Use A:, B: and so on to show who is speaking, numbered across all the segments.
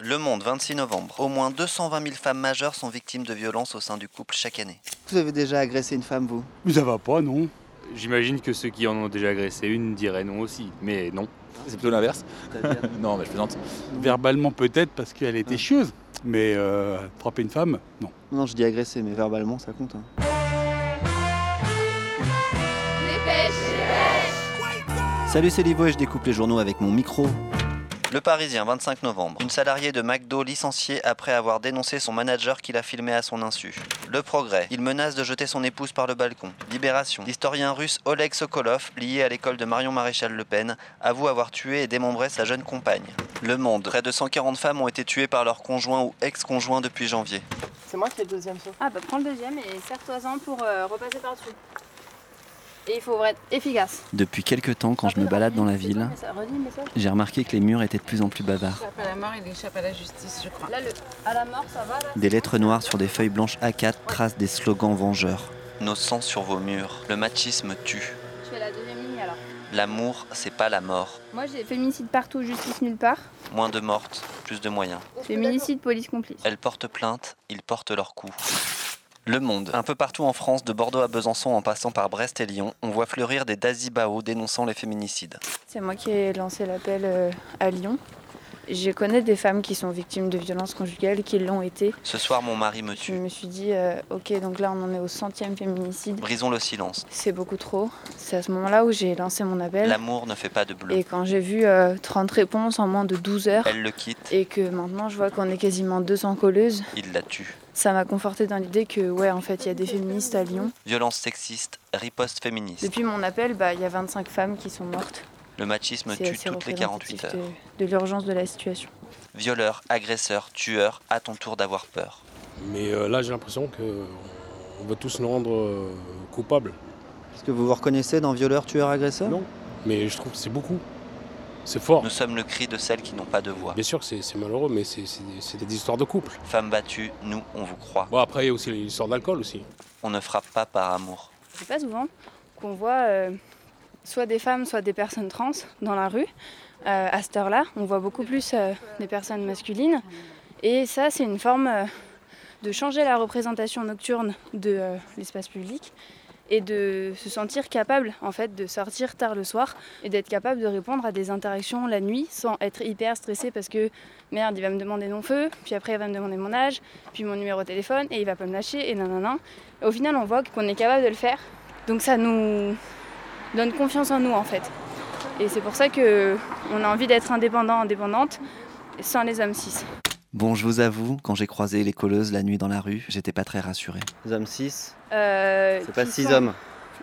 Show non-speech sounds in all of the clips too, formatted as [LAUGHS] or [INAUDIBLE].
A: Le Monde, 26 novembre. Au moins 220 000 femmes majeures sont victimes de violences au sein du couple chaque année.
B: Vous avez déjà agressé une femme, vous
C: Mais ça va pas, non
D: J'imagine que ceux qui en ont déjà agressé une diraient non aussi, mais non.
E: C'est plutôt l'inverse. non, mais je plaisante.
C: Verbalement peut-être parce qu'elle était chieuse, mais euh, frapper une femme, non.
B: [LAUGHS] Non, je dis agressé, mais verbalement, ça compte. hein.
A: Salut, c'est Livo et je découpe les journaux avec mon micro. Le Parisien, 25 novembre. Une salariée de McDo licenciée après avoir dénoncé son manager qui l'a filmé à son insu. Le Progrès. Il menace de jeter son épouse par le balcon. Libération. L'historien russe Oleg Sokolov, lié à l'école de Marion Maréchal Le Pen, avoue avoir tué et démembré sa jeune compagne. Le Monde. Près de 140 femmes ont été tuées par leur conjoint ou ex-conjoint depuis janvier.
F: C'est moi qui ai le deuxième saut.
G: Ah bah prends le deuxième et serre-toi-en pour euh, repasser par-dessus. Et il faut être efficace.
A: Depuis quelques temps, quand je me balade dans la ville, j'ai remarqué que les murs étaient de plus en plus bavards.
H: échappe à la mort, il échappe à la justice, je crois.
G: Là, le à la mort, ça va là
A: Des lettres noires sur des feuilles blanches A4 tracent des slogans vengeurs. Nos sangs sur vos murs, le machisme tue.
G: Je fais la deuxième ligne alors.
A: L'amour, c'est pas la mort.
G: Moi, j'ai féminicide partout, justice nulle part.
A: Moins de mortes, plus de moyens.
G: Féminicide, police complice.
A: Elles portent plainte, ils portent leur coup. Le Monde. Un peu partout en France, de Bordeaux à Besançon en passant par Brest et Lyon, on voit fleurir des Dazibao dénonçant les féminicides.
I: C'est moi qui ai lancé l'appel euh, à Lyon. Je connais des femmes qui sont victimes de violences conjugales, qui l'ont été.
A: Ce soir, mon mari me
I: Je
A: tue.
I: me suis dit, euh, ok, donc là on en est au centième féminicide.
A: Brisons le silence.
I: C'est beaucoup trop. C'est à ce moment-là où j'ai lancé mon appel.
A: L'amour ne fait pas de bleu.
I: Et quand j'ai vu euh, 30 réponses en moins de 12 heures,
A: Elle le quitte,
I: et que maintenant je vois qu'on est quasiment 200 colleuses,
A: il la tue.
I: ça m'a conforté dans l'idée que, ouais, en fait, il y a des féministes à Lyon.
A: Violence sexiste, riposte féministe.
I: Depuis mon appel, bah, il y a 25 femmes qui sont mortes.
A: Le machisme
I: C'est
A: tue
I: assez
A: toutes les 48
I: représentatif
A: heures.
I: de, de l'urgence de la situation.
A: Violeur, agresseur, tueur, à ton tour d'avoir peur.
J: Mais euh, là, j'ai l'impression qu'on va tous nous rendre euh, coupables.
B: Est-ce que vous vous reconnaissez dans violeur, tueur, agresseur
J: Non. Mais je trouve que c'est beaucoup. C'est fort.
A: Nous sommes le cri de celles qui n'ont pas de voix.
J: Bien sûr que c'est c'est malheureux, mais c'est- c'est des- c'est des histoires de couple.
A: Femmes battues, nous, on vous croit.
J: Bon, après, il y a aussi l'histoire d'alcool aussi.
A: On ne frappe pas par amour.
G: C'est pas souvent qu'on voit euh, soit des femmes, soit des personnes trans dans la rue. Euh, à cette heure-là, on voit beaucoup plus euh, des personnes masculines. Et ça, c'est une forme euh, de changer la représentation nocturne de euh, l'espace public et de se sentir capable en fait de sortir tard le soir et d'être capable de répondre à des interactions la nuit sans être hyper stressé parce que merde il va me demander mon feu puis après il va me demander mon âge puis mon numéro de téléphone et il va pas me lâcher et nanana au final on voit qu'on est capable de le faire donc ça nous donne confiance en nous en fait. Et c'est pour ça que on a envie d'être indépendant, indépendante, sans les hommes cis.
A: Bon, je vous avoue, quand j'ai croisé les colleuses la nuit dans la rue, j'étais pas très rassuré.
B: Les hommes 6,
G: Euh,
B: c'est pas
G: qui
B: 6
G: sont-
B: hommes.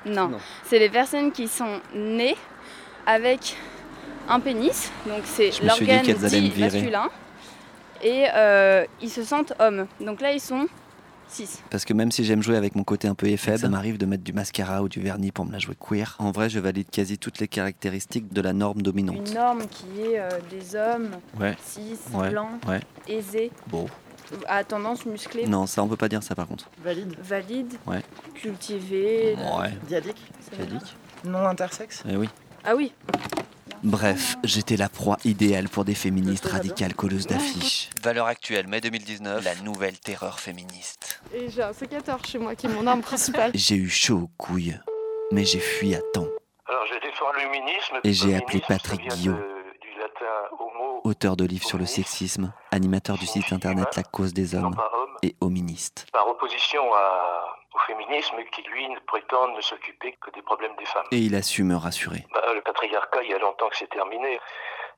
G: Non,
B: Non.
G: c'est les personnes qui sont nées avec un pénis, donc c'est
A: Je me suis dit
G: l'organe
A: qu'elles allaient me
G: dit
A: virer.
G: masculin, et euh, ils se sentent hommes. Donc là ils sont cis.
A: Parce que même si j'aime jouer avec mon côté un peu effet, ça m'arrive de mettre du mascara ou du vernis pour me la jouer queer. En vrai, je valide quasi toutes les caractéristiques de la norme dominante.
I: Une norme qui est euh, des hommes
A: Ouais.
I: cis,
A: Ouais,
I: blancs,
A: ouais.
I: aisés,
A: Bon.
I: à tendance musclée,
A: Non, ça, on peut pas dire ça par contre.
F: Valide.
I: valide,
A: Ouais.
I: cultivée.
A: Ouais.
F: Diadique.
I: ça veut dire-
F: Non intersexe.
A: Eh oui.
I: Ah oui,
A: Bref, j'étais la proie idéale pour des féministes radicales colleuses d'affiches. Valeur actuelle, mai 2019, la nouvelle terreur féministe.
H: Et j'ai un sécateur chez moi qui est mon arme principale.
A: J'ai eu chaud aux couilles, mais j'ai fui à temps.
K: Alors je défends l'humanisme.
A: Et j'ai
K: Le
A: appelé
K: minisme,
A: Patrick
K: ça vient
A: Guillot.
K: de- Du latin homo,
A: Auteur de livres sur le sexisme, animateur du site internet La cause des
K: non
A: hommes
K: pas homme,
A: et hoministe.
K: par opposition à- au féminisme qui, lui, ne prétend ne s'occuper que des problèmes des femmes.
A: Et il a su me rassurer.
K: Bah, le patriarcat, il y a longtemps que c'est terminé.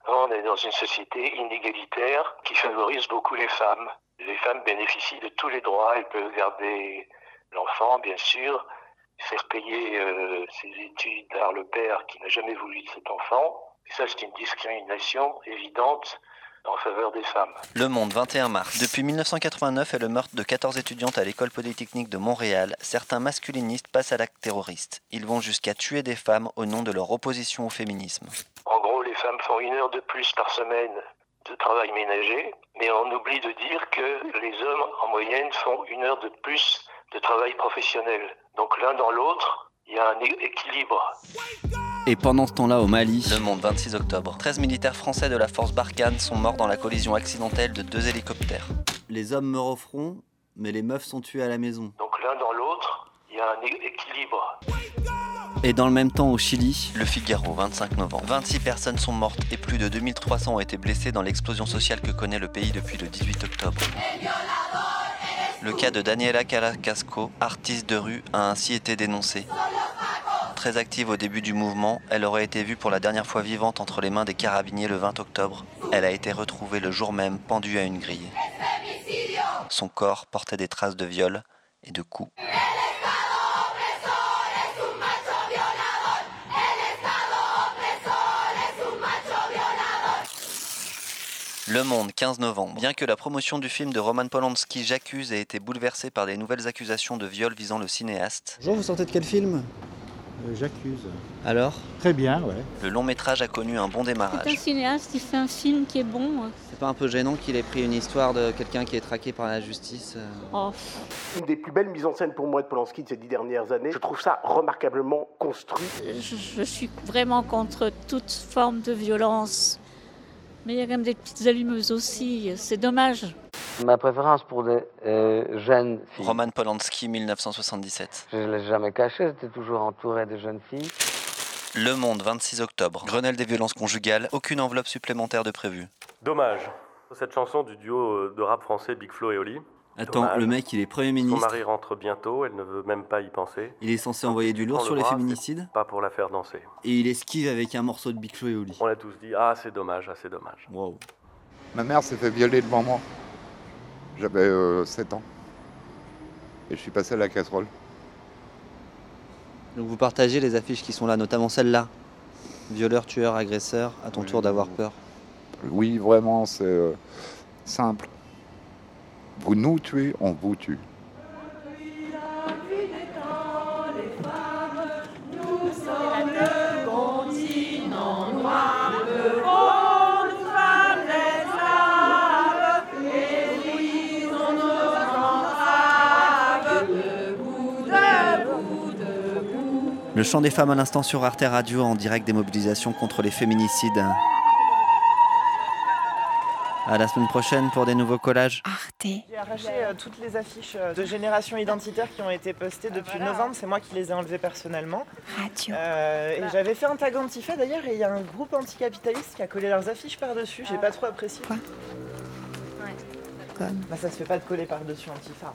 K: Hein, On est dans une société inégalitaire qui favorise beaucoup les femmes. Les femmes bénéficient de tous les droits. Elles peuvent garder l'enfant, bien sûr, faire payer euh, ses études par le père qui n'a jamais voulu de cet enfant. Et ça, c'est une discrimination évidente en faveur des femmes.
A: Le Monde, 21 mars. Depuis 1989 et le meurtre de 14 étudiantes à l'école polytechnique de Montréal, certains masculinistes passent à l'acte terroriste. Ils vont jusqu'à tuer des femmes au nom de leur opposition au féminisme.
K: En gros, les femmes font une heure de plus par semaine de travail ménager, mais on oublie de dire que les hommes, en moyenne, font une heure de plus de travail professionnel. Donc l'un dans l'autre, il y a un é- équilibre.
A: Et pendant ce temps-là, au Mali. Le monde, 26 octobre. 13 militaires français de la force Barkhane sont morts dans la collision accidentelle de deux hélicoptères.
L: Les hommes meurent au front, mais les meufs sont tuées à la maison.
K: Donc l'un dans l'autre, il y a un é- équilibre.
A: Et dans le même temps au Chili, Le Figaro, 25 novembre. 26 personnes sont mortes et plus de 2300 ont été blessées dans l'explosion sociale que connaît le pays depuis le 18 octobre. Le cas de Daniela Caracasco, artiste de rue, a ainsi été dénoncé. Très active au début du mouvement, elle aurait été vue pour la dernière fois vivante entre les mains des carabiniers le 20 octobre. Elle a été retrouvée le jour même pendue à une grille. Son corps portait des traces de viol et de coups. Le Monde, 15 novembre. Bien que la promotion du film de Roman Polanski J'accuse ait été bouleversée par des nouvelles accusations de viol visant le cinéaste,
L: Bonjour, vous sortez de quel film
M: J'accuse.
L: Alors
M: Très bien, ouais.
A: le long métrage a connu un bon démarrage.
G: un cinéaste qui fait un film qui est bon.
L: C'est pas un peu gênant qu'il ait pris une histoire de quelqu'un qui est traqué par la justice euh,
N: Une des plus belles mises en scène pour moi de Polanski de ces dix dernières années. Je trouve ça remarquablement construit.
G: Je, je suis vraiment contre toute forme de violence. Mais il y a quand même des petites allumeuses aussi. C'est dommage.
O: Ma préférence pour des euh, jeunes filles.
A: Roman Polanski, 1977.
O: Je ne l'ai jamais caché, j'étais toujours entouré de jeunes filles.
A: Le Monde, 26 octobre. Grenelle des violences conjugales, aucune enveloppe supplémentaire de prévue.
J: Dommage. Cette chanson du duo euh, de rap français Big Flo et Oli.
A: Attends,
J: Dommage.
A: le mec, il est Premier
J: Son
A: ministre.
J: mari rentre bientôt, elle ne veut même pas y penser.
A: Il est censé envoyer du lourd
J: Prends
A: sur
J: le
A: les
J: bras,
A: féminicides.
J: c'est Pas pour la faire danser.
A: Et il esquive avec un morceau de Biclo et Oli.
J: On a tous dit Ah, c'est dommage, ah, c'est dommage.
A: Wow.
P: Ma mère s'est fait violer devant moi. J'avais 7 ans. Et je suis passé à la casserole.
L: Donc vous partagez les affiches qui sont là, notamment celle-là. Violeur, tueur, agresseur, à ton tour d'avoir peur.
P: Oui, vraiment, c'est euh, simple. Vous nous tuez, on vous tue.
A: Le chant des femmes à l'instant sur Arte Radio en direct des mobilisations contre les féminicides. À la semaine prochaine pour des nouveaux collages.
F: J'ai arraché euh, toutes les affiches euh, de génération identitaire qui ont été postées depuis novembre. C'est moi qui les ai enlevées personnellement. Euh, et j'avais fait un tag antifa d'ailleurs. Et il y a un groupe anticapitaliste qui a collé leurs affiches par-dessus. J'ai pas trop apprécié. Bah, ça se fait pas de coller par-dessus antifa.